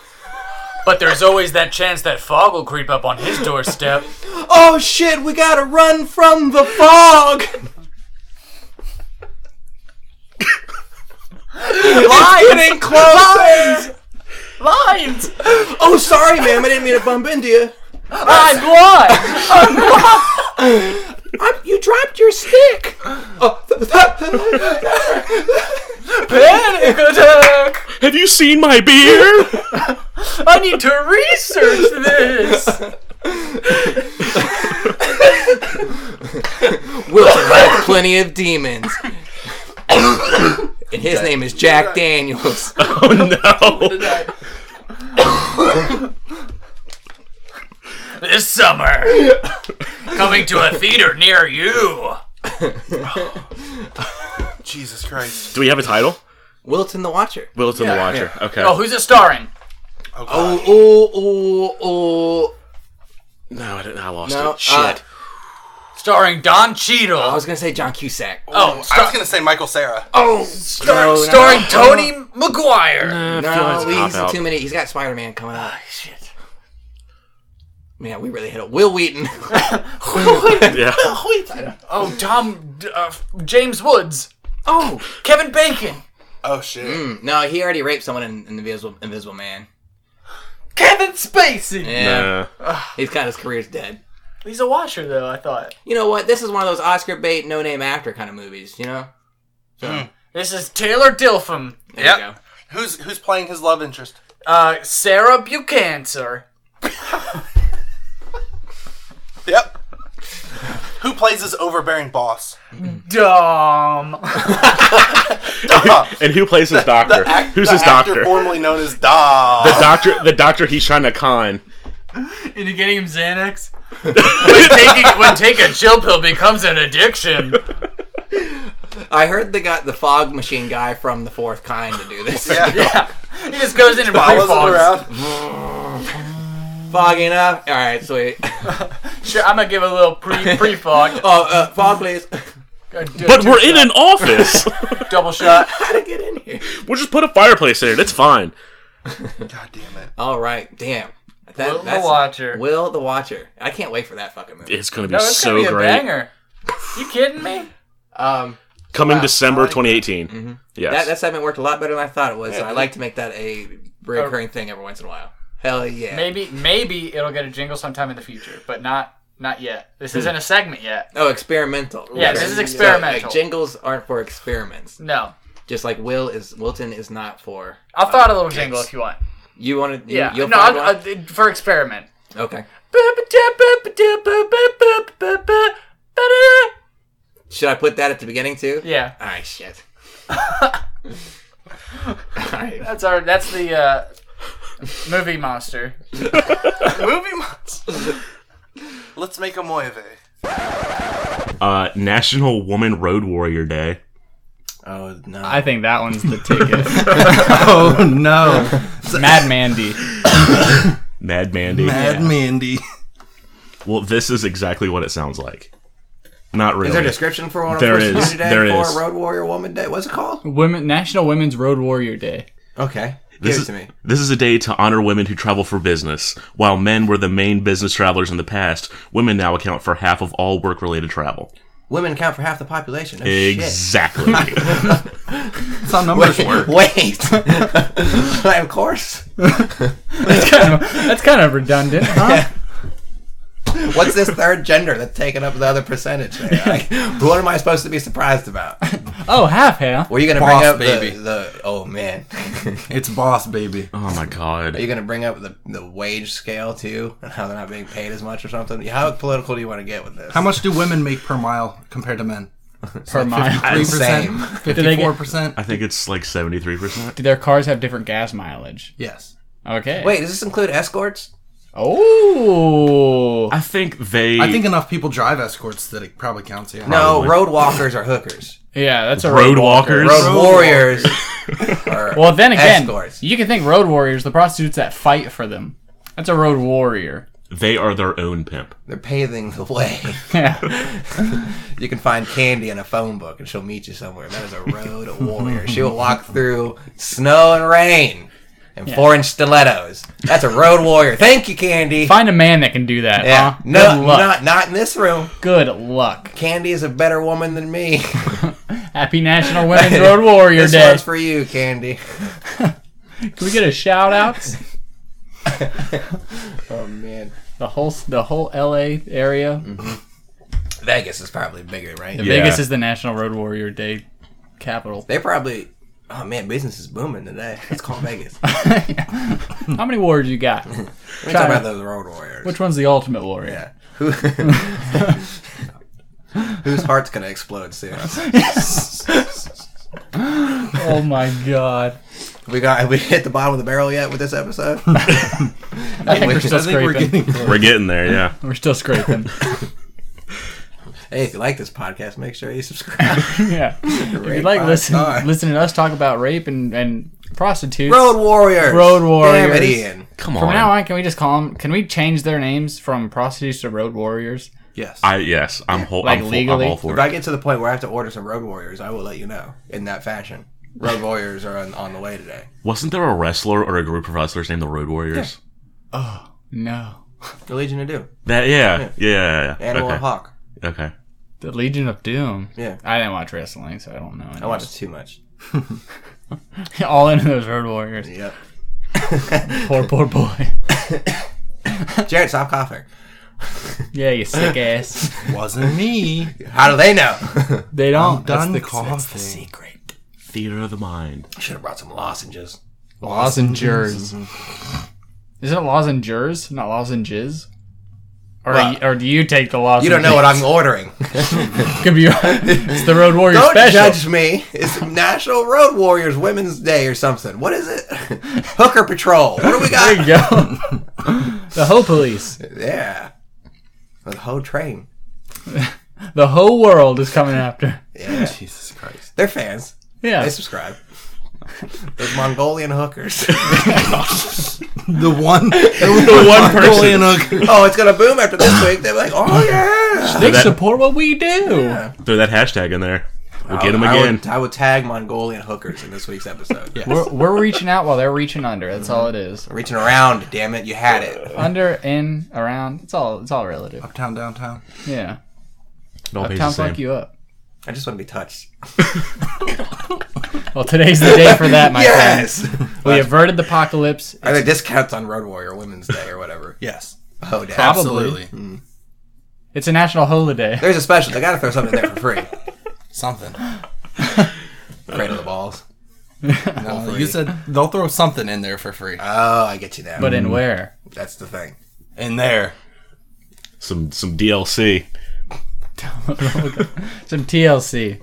Speaker 2: But there's always that chance that fog will creep up on his doorstep.
Speaker 4: Oh shit, we gotta run from the fog!
Speaker 2: Lions,
Speaker 4: Close!
Speaker 2: lions,
Speaker 4: Oh, sorry, ma'am, I didn't mean to bump into you.
Speaker 2: I'm blind.
Speaker 4: I, you dropped your stick! Oh,
Speaker 2: Panic attack.
Speaker 3: Have you seen my beer?
Speaker 2: I need to research this.
Speaker 4: Wilton had plenty of demons. and his name is Jack Daniels.
Speaker 3: oh no!
Speaker 2: This summer, coming to a theater near you.
Speaker 7: Jesus Christ.
Speaker 3: Do we have a title?
Speaker 4: Wilton the Watcher.
Speaker 3: Wilton the Watcher. Okay.
Speaker 2: Oh, who's it starring?
Speaker 7: Oh, God.
Speaker 4: Oh, oh, oh, oh.
Speaker 3: no, I, didn't, I lost
Speaker 4: No,
Speaker 3: it. Shit.
Speaker 4: uh,
Speaker 2: Starring Don Cheadle.
Speaker 4: I was gonna say John Cusack.
Speaker 2: oh,
Speaker 7: I
Speaker 2: star-
Speaker 7: was gonna say Michael Sarah.
Speaker 4: Oh,
Speaker 2: starring, starring Tony McGuire.
Speaker 3: I feel
Speaker 4: No,
Speaker 3: it's a
Speaker 4: he's
Speaker 3: cop-out.
Speaker 4: too many. He's got Spider Man coming up.
Speaker 2: Shit.
Speaker 4: Man, we really hit it. Will Wheaton.
Speaker 3: Yeah.
Speaker 2: Oh, Tom, uh, James Woods,
Speaker 4: oh
Speaker 2: Kevin Bacon,
Speaker 7: Oh shit.
Speaker 4: mm, no, he already raped someone in, in Invisible Invisible Man.
Speaker 2: Kevin Spacey.
Speaker 4: Yeah,
Speaker 3: Nah.
Speaker 4: he's kind of his career's dead.
Speaker 2: He's a watcher, though. I thought
Speaker 4: You know what? This is one of those Oscar bait, no name actor kind of movies. You know?
Speaker 2: this is Taylor Dilfum,
Speaker 4: There
Speaker 7: Yep.
Speaker 4: you go.
Speaker 7: Who's who's playing his love interest?
Speaker 2: uh, Sarah Bucancer,
Speaker 7: Yep. Who plays his overbearing boss?
Speaker 2: Dom,
Speaker 3: And who plays his doctor?
Speaker 7: Act-
Speaker 3: who's
Speaker 7: the
Speaker 3: his
Speaker 7: actor
Speaker 3: doctor?
Speaker 7: Formerly known as Da.
Speaker 3: The doctor. The doctor he's trying to con.
Speaker 2: and you getting him Xanax. when, taking, when taking a chill pill becomes an addiction.
Speaker 4: I heard they got the fog machine guy from The Fourth Kind to do this.
Speaker 2: Yeah, he just goes in and
Speaker 7: I
Speaker 2: blue
Speaker 7: wasn't
Speaker 2: fogs.
Speaker 7: around.
Speaker 4: Fogging up. All right, sweet.
Speaker 2: Sure, I'm gonna give a little pre pre fog.
Speaker 4: Oh, uh, fog, please.
Speaker 3: But we're in an office.
Speaker 2: double shot.
Speaker 4: How to get in here?
Speaker 3: we'll just put a fireplace in it. It's fine.
Speaker 7: God damn it.
Speaker 4: All right, damn. That,
Speaker 2: Will the Watcher.
Speaker 4: Will the Watcher. I can't wait for that fucking movie.
Speaker 3: It's gonna be
Speaker 2: No, it's
Speaker 3: so
Speaker 2: gonna be a
Speaker 3: great.
Speaker 2: banger. You kidding me?
Speaker 4: Um,
Speaker 3: Coming December 2018. Yes.
Speaker 4: That, that segment worked a lot better than I thought it was. and I like to make that a recurring thing every once in a while. Hell yeah.
Speaker 2: Maybe maybe it'll get a jingle sometime in the future, but not not yet. This isn't a segment yet.
Speaker 4: Oh, experimental.
Speaker 2: Yeah, this is
Speaker 4: So, like,
Speaker 2: experimental.
Speaker 4: jingles aren't for experiments.
Speaker 2: No.
Speaker 4: Just like Will is Wilton is not for.
Speaker 2: I'll throw out a little jingle if you want.
Speaker 4: You want to?
Speaker 2: Yeah.
Speaker 4: You, will
Speaker 2: no,
Speaker 4: find
Speaker 2: I'll,
Speaker 4: one?
Speaker 2: uh, for experiment.
Speaker 4: okay. Should I put that at the beginning too?
Speaker 2: Yeah.
Speaker 4: All right, shit. All right.
Speaker 2: That's our that's the uh, movie monster.
Speaker 7: Movie monster. Let's make a moeve.
Speaker 6: Uh, National Woman Road Warrior Day.
Speaker 5: "Oh no,
Speaker 8: I think that one's the ticket. oh no, Mad Mandy.
Speaker 6: Mad Mandy.
Speaker 5: Mad Mandy."
Speaker 6: Well, this is exactly what it sounds like.
Speaker 3: Not really.
Speaker 4: Is there a description for one of
Speaker 3: There
Speaker 4: First
Speaker 3: is,
Speaker 4: Woman Day
Speaker 3: there
Speaker 4: for
Speaker 3: is.
Speaker 4: Road Warrior Woman Day? What's it called?
Speaker 2: Women National Women's Road Warrior Day.
Speaker 4: Okay.
Speaker 3: This
Speaker 4: Give
Speaker 3: is,
Speaker 4: it to me.
Speaker 3: this is a day to honor women who travel for business. While men were the main business travelers in the past, women now account for half of all work related travel.
Speaker 4: Women account for half the population. Oh, shit.
Speaker 3: Exactly.
Speaker 2: That's how numbers work.
Speaker 9: Wait.
Speaker 4: of course.
Speaker 2: That's kind of, that's kind of redundant, huh?
Speaker 4: What's this third gender that's taking up the other percentage? There? Like, what am I supposed to be surprised about?
Speaker 2: Oh, half half.
Speaker 4: Were you going to
Speaker 5: Boss
Speaker 4: bring up
Speaker 5: baby.
Speaker 4: The, the? Oh man.
Speaker 2: It's boss, baby.
Speaker 3: oh my god.
Speaker 4: Are you going to bring up the, the wage scale too, and how they're not being paid as much or something? How political do you want to get with this?
Speaker 5: How much do women make per mile compared to men?
Speaker 2: Per mile.
Speaker 5: Three
Speaker 4: Same.
Speaker 5: percent,
Speaker 2: they get-
Speaker 5: fifty-four percent.
Speaker 3: I think it's like 73%.
Speaker 2: Do their cars have different gas mileage?
Speaker 5: Yes.
Speaker 2: Okay.
Speaker 4: Wait, does this include escorts?
Speaker 2: Oh.
Speaker 3: I think they.
Speaker 5: I think enough people drive escorts that it probably counts. Yeah.
Speaker 4: No,
Speaker 3: Probably.
Speaker 4: road walkers are hookers.
Speaker 2: Yeah, that's a
Speaker 3: Road
Speaker 2: road walker.
Speaker 3: walkers?
Speaker 4: Road,
Speaker 3: Road
Speaker 4: warriors. are
Speaker 2: Well, then again,
Speaker 4: escorts.
Speaker 2: you can think road warriors, the prostitutes that fight for them. That's a road warrior.
Speaker 3: they are their own pimp.
Speaker 4: They're paving the way.
Speaker 2: Yeah.
Speaker 4: You can find Candy in a phone book, and she'll meet you somewhere. That is a road warrior. She will walk through snow and rain and four-inch stilettos. That's a road warrior. Thank you, Candy.
Speaker 2: Find a man that can do that.
Speaker 4: yeah,
Speaker 2: Huh?
Speaker 4: no,
Speaker 2: Good luck.
Speaker 4: not not in this room.
Speaker 2: Good luck.
Speaker 4: Candy is a better woman than me.
Speaker 2: Happy National Women's Road Warrior
Speaker 4: this
Speaker 2: Day.
Speaker 4: one's for you, Candy.
Speaker 2: Can we get a shout out?
Speaker 4: Oh man,
Speaker 2: The whole the whole LA area.
Speaker 4: Mm-hmm. Vegas is probably bigger, right?
Speaker 2: Vegas is the National Road Warrior Day capital.
Speaker 4: They probably. Oh man, business is booming today. Let's call Vegas. Let
Speaker 2: How many warriors you got?
Speaker 4: me talk about those road warriors.
Speaker 2: Which one's the ultimate warrior?
Speaker 4: Yeah. Who, whose heart's gonna explode soon?
Speaker 2: Oh my god.
Speaker 4: We got have we hit the bottom of the barrel yet with this episode?
Speaker 2: I think we're still
Speaker 5: I think we're
Speaker 2: scraping.
Speaker 5: getting close.
Speaker 3: We're getting there, yeah.
Speaker 2: We're still scraping.
Speaker 4: hey, if you like this podcast, make sure you subscribe.
Speaker 2: Yeah. If you
Speaker 4: Rape
Speaker 2: like
Speaker 4: by
Speaker 2: listen
Speaker 4: star.
Speaker 2: listening to us talk about rape and and prostitutes.
Speaker 4: Road warriors.
Speaker 2: Road
Speaker 4: Damn it,
Speaker 2: warriors.
Speaker 4: Ian.
Speaker 3: Come on.
Speaker 2: From now on, can we just call them? Can we change their names from prostitutes to road warriors?
Speaker 5: Yes.
Speaker 3: I, yes, I'm whole.
Speaker 2: Like
Speaker 3: I'm, full,
Speaker 2: legally?
Speaker 3: I'm all for
Speaker 4: If
Speaker 3: it.
Speaker 4: I get to the point where I have to order some road warriors, I will let you know in that fashion. Road warriors are on, on the way today.
Speaker 3: Wasn't there a wrestler or a group of wrestlers named the Road Warriors?
Speaker 2: No.
Speaker 4: The Legion of Doom,
Speaker 3: That yeah, yeah, yeah. yeah.
Speaker 4: Animal
Speaker 3: okay.
Speaker 4: and Hawk.
Speaker 3: okay.
Speaker 2: The Legion of Doom.
Speaker 4: Yeah.
Speaker 2: I didn't watch wrestling, so I don't know.
Speaker 4: I watched it too much.
Speaker 2: All into those road warriors.
Speaker 4: Yep.
Speaker 2: Poor, poor boy.
Speaker 4: Jared, stop coughing.
Speaker 2: Yeah, you sick ass.
Speaker 5: Wasn't me.
Speaker 4: How do they know?
Speaker 2: They don't.
Speaker 5: Done
Speaker 2: That's the-
Speaker 5: coughing.
Speaker 4: Secret.
Speaker 3: Theater of the mind.
Speaker 4: Should have brought some lozenges.
Speaker 2: Lozenges. Isn't it lozengers, not lozenges? Or,
Speaker 4: Well,
Speaker 2: or do you take the lozenges?
Speaker 4: You don't know what I'm ordering.
Speaker 2: Could be- it's the Road Warrior
Speaker 4: Don't
Speaker 2: special.
Speaker 4: judge me. It's National Road Warriors Women's Day or something. What is it? Hooker Patrol. What do we
Speaker 2: There you
Speaker 4: got?
Speaker 2: go. the Ho Police.
Speaker 4: yeah. The whole train.
Speaker 2: The whole world is coming after.
Speaker 4: Yeah.
Speaker 5: Jesus Christ.
Speaker 4: They're fans.
Speaker 2: Yeah.
Speaker 4: They subscribe. Those Mongolian hookers.
Speaker 5: The one. The one Mongolian hooker.
Speaker 4: oh, it's gonna boom after this week. They're like, oh yeah.
Speaker 2: they
Speaker 3: that-
Speaker 2: support what we do.
Speaker 3: Throw that hashtag in there. We'll get him
Speaker 4: I
Speaker 3: again.
Speaker 4: would, I would tag Mongolian hookers in this week's episode. Yeah.
Speaker 2: We're, we're reaching out while they're reaching under. That's all it is.
Speaker 4: Reaching around, damn it, you had it.
Speaker 2: Under, in, around. It's all. It's all relative.
Speaker 5: Uptown, downtown.
Speaker 2: Yeah.
Speaker 3: It all pays the
Speaker 2: Uptown
Speaker 3: same.
Speaker 2: fuck you up.
Speaker 4: I just want to be touched.
Speaker 2: Well, today's the day for that, my friend.
Speaker 4: yes.
Speaker 2: We averted the apocalypse.
Speaker 4: Are there discounts on Road Warrior Women's Day or whatever?
Speaker 5: Yes.
Speaker 4: Oh damn.
Speaker 5: Absolutely.
Speaker 2: It's a national holiday.
Speaker 4: There's a special. They gotta throw something there for free.
Speaker 5: Something.
Speaker 4: Cradle the balls.
Speaker 5: Uh, you said they'll throw something in there for free.
Speaker 4: Oh, I get you now.
Speaker 2: But in where?
Speaker 4: That's the thing.
Speaker 5: In there.
Speaker 3: Some some DLC.
Speaker 2: Some TLC.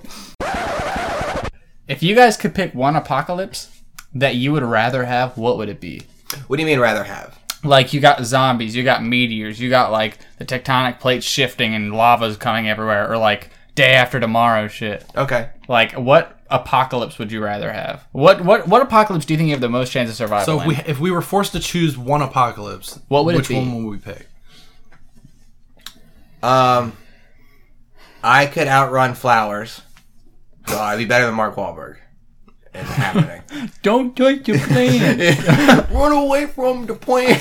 Speaker 2: If you guys could pick one apocalypse that you would rather have, what would it be?
Speaker 4: What do you mean rather have?
Speaker 2: Like you got zombies, you got meteors, you got like the tectonic plates shifting and lava's coming everywhere, or like day after tomorrow shit.
Speaker 4: Okay.
Speaker 2: Like what apocalypse would you rather have? What what what apocalypse do you think you have the most chance of survival?
Speaker 5: So if
Speaker 2: in?
Speaker 5: we if we were forced to choose one apocalypse,
Speaker 2: What would it
Speaker 5: which
Speaker 2: be?
Speaker 5: one would we pick?
Speaker 4: Um I could outrun Flowers, so I'd be better than Mark Wahlberg. It's happening.
Speaker 2: Don't touch your plan.
Speaker 4: Run away from the plane.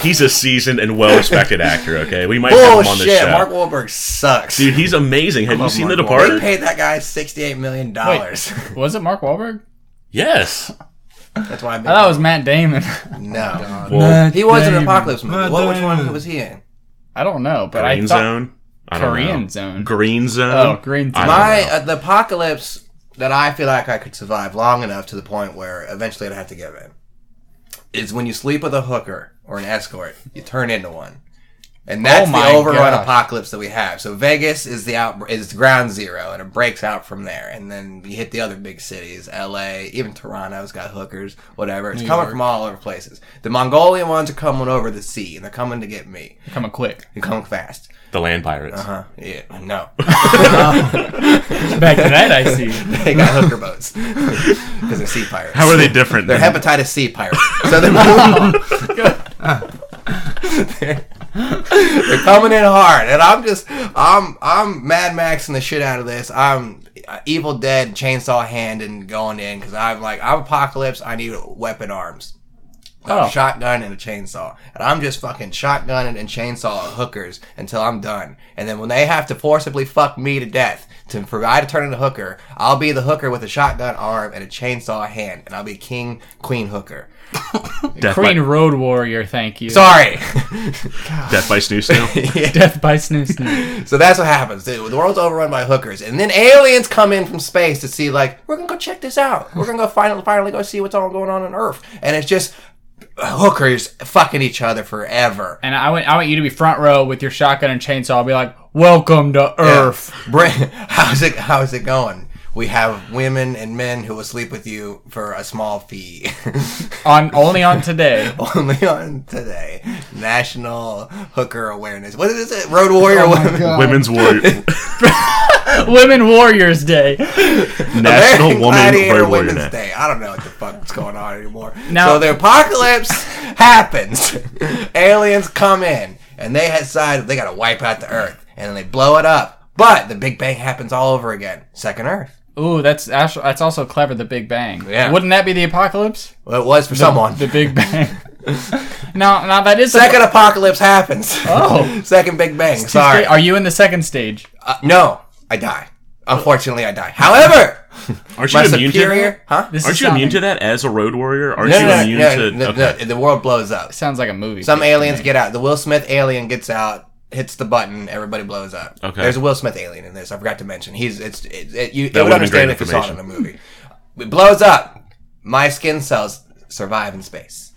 Speaker 3: He's a seasoned and well respected actor, okay? We might have him on this
Speaker 4: Bullshit.
Speaker 3: show.
Speaker 4: Mark Wahlberg sucks.
Speaker 3: Dude, he's amazing. Have you
Speaker 10: love
Speaker 3: seen
Speaker 10: Mark
Speaker 3: The
Speaker 10: Wahlberg.
Speaker 4: they
Speaker 3: Departed?
Speaker 4: paid that guy sixty-eight million dollars.
Speaker 2: was it Mark Wahlberg?
Speaker 3: Yes.
Speaker 4: That's why I
Speaker 2: I
Speaker 4: made
Speaker 2: thought it was Matt Damon.
Speaker 4: no.
Speaker 3: Well,
Speaker 4: He was in an
Speaker 2: Damon.
Speaker 4: apocalypse movie.
Speaker 5: Matt
Speaker 4: What, which one
Speaker 5: Damon.
Speaker 4: was he in?
Speaker 2: I don't know, but
Speaker 3: Green
Speaker 2: I thought
Speaker 3: Zone? I don't
Speaker 2: Korean
Speaker 3: know.
Speaker 2: Zone.
Speaker 3: Green Zone?
Speaker 2: oh, Green
Speaker 3: I
Speaker 2: Zone.
Speaker 3: don't
Speaker 4: My
Speaker 3: know.
Speaker 4: uh, the apocalypse that I feel like I could survive long enough to the point where eventually I'd have to give in is when you sleep with a hooker or an escort, you turn into one, and
Speaker 3: Oh
Speaker 4: that's
Speaker 2: my
Speaker 4: the overrun
Speaker 2: gosh.
Speaker 4: apocalypse that we have. So Vegas is the out is ground zero, and it breaks out from there, and then you hit the other big cities, L.A., even Toronto's got hookers, whatever. It's coming from all over places. The Mongolian ones are coming over the sea, and they're coming to get me.
Speaker 2: Coming quick.
Speaker 4: They're coming fast.
Speaker 3: The Land Pirates.
Speaker 4: Huh? Yeah. No.
Speaker 2: Back to that, I see.
Speaker 4: they got hooker boats because they're sea pirates.
Speaker 3: How are they different?
Speaker 4: They're
Speaker 3: than-
Speaker 4: hepatitis C pirates. So they're, they're, they're coming in hard, and I'm just I'm I'm Mad Maxing the shit out of this. I'm Evil Dead chainsaw hand and going in because I'm like I'm apocalypse. I need weapon arms. A
Speaker 2: Oh.
Speaker 4: shotgun and a chainsaw, and I'm just fucking shotgunning and chainsaw hookers until I'm done. And then when they have to forcibly fuck me to death to for I to turn into hooker, I'll be the hooker with a shotgun arm and a chainsaw hand, and I'll be king queen hooker.
Speaker 3: Death
Speaker 2: Korean
Speaker 3: by,
Speaker 2: Road Warrior, thank you.
Speaker 4: Sorry.
Speaker 3: Death by Snoo Snoo?
Speaker 2: Death by Snoo Snoo.
Speaker 4: So that's what happens. The, the world's overrun by hookers, and then aliens come in from space to see, like, we're gonna go check this out. We're gonna go finally, finally go see what's all going on on Earth, and it's just hookers fucking each other forever.
Speaker 2: And I want, I want you to be front row with your shotgun and chainsaw. I'll be like, Welcome to Earth.
Speaker 4: Bra- how's it? How's it going? We have women and men who will sleep with you for a small fee.
Speaker 2: On Only on today.
Speaker 4: Only on today, National Hooker Awareness. What is it? Road Warrior Women.
Speaker 3: Women's War.
Speaker 2: Women Warriors Day.
Speaker 3: National Woman
Speaker 4: American Gladiator
Speaker 3: Road Warrior
Speaker 4: Women's
Speaker 3: Day.
Speaker 4: Day. I don't know what the fuck's going on anymore.
Speaker 2: Now-
Speaker 4: so the apocalypse happens. Aliens come in and they decide they gotta wipe out the Earth and then they blow it up. But the Big Bang happens all over again. Second Earth.
Speaker 2: Ooh, that's actually, that's also clever. The Big Bang.
Speaker 4: Yeah.
Speaker 2: Wouldn't that be the apocalypse?
Speaker 4: Well, it was for someone.
Speaker 2: The Big Bang. now, now that is the-
Speaker 4: Second apocalypse happens.
Speaker 2: Oh.
Speaker 4: Second Big Bang. Sorry.
Speaker 2: Are you in the second stage?
Speaker 4: Uh, no, I die. Unfortunately, I die. However,
Speaker 3: Aren't you
Speaker 4: my
Speaker 3: immune to that?
Speaker 4: superior, huh?
Speaker 2: This
Speaker 3: Aren't
Speaker 2: is
Speaker 3: you immune to
Speaker 2: sounding-
Speaker 3: that as a road warrior? Aren't
Speaker 4: No,
Speaker 3: you
Speaker 4: no, no,
Speaker 3: immune
Speaker 4: no,
Speaker 3: to?
Speaker 4: no,
Speaker 3: okay.
Speaker 4: no, the world blows up.
Speaker 2: Sounds like a movie.
Speaker 4: Some
Speaker 2: pitch to
Speaker 4: aliens
Speaker 2: me.
Speaker 4: get out. The Will Smith alien gets out, hits the button, everybody blows up.
Speaker 3: Okay.
Speaker 4: There's a Will Smith alien in this. I forgot to mention. He's it's it, it, you
Speaker 3: That
Speaker 4: it would
Speaker 3: would've been
Speaker 4: understand
Speaker 3: great
Speaker 4: if you saw it in a movie. It blows up. My skin cells survive in space.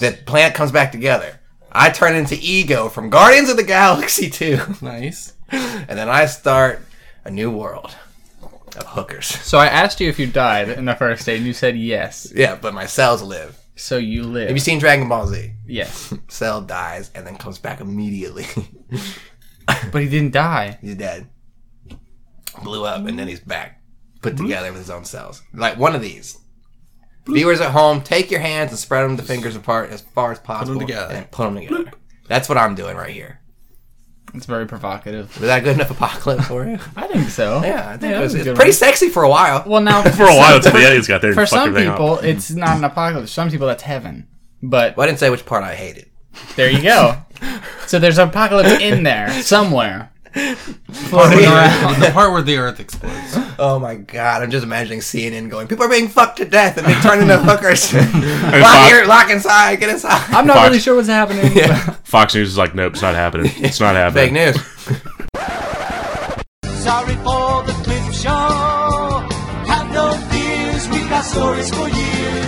Speaker 4: The plant comes back together. I turn into Ego from Guardians of the Galaxy 2,
Speaker 5: Nice.
Speaker 4: and then I start a new world of hookers.
Speaker 2: So I asked you if you died in the first stage, and you said yes.
Speaker 4: Yeah, but my cells live.
Speaker 2: So you live.
Speaker 4: Have you seen Dragon Ball Z?
Speaker 2: yes,
Speaker 4: Cell dies and then comes back immediately.
Speaker 2: but he didn't die.
Speaker 4: He's dead. Blew up and then he's back. Put together with his own cells. Like one of these. Viewers at home, take your hands and spread them the fingers apart as far as possible.
Speaker 5: together.
Speaker 4: And put them together. That's what I'm doing right here.
Speaker 2: It's very provocative.
Speaker 4: Was that good enough apocalypse for you?
Speaker 2: I think so.
Speaker 4: Yeah, I think it
Speaker 2: that
Speaker 4: was,
Speaker 2: was a
Speaker 4: it's
Speaker 2: good
Speaker 4: pretty
Speaker 2: one.
Speaker 4: scy for a while.
Speaker 2: Well, now
Speaker 3: For a while, until the aliens got there and
Speaker 2: for
Speaker 3: fucked
Speaker 2: some
Speaker 3: everything up.
Speaker 2: people, it's not an apocalypse. Some people, that's heaven. But
Speaker 4: Well, I didn't say which part I hated.
Speaker 2: there you go. So there's an apocalypse in there somewhere. Floating around.
Speaker 5: the part where the Earth explodes.
Speaker 4: Oh my god, I'm just imagining CNN going, people are being fucked to death and they turn into hookers.
Speaker 3: Fox-
Speaker 4: lock, here, lock inside, get inside.
Speaker 2: I'm not
Speaker 3: Fox.
Speaker 2: really sure what's happening.
Speaker 3: Fox News is like, nope, it's not happening. It's not happening.
Speaker 4: Fake news.
Speaker 7: Sorry for the clip show. Have no fears, we got stories for years.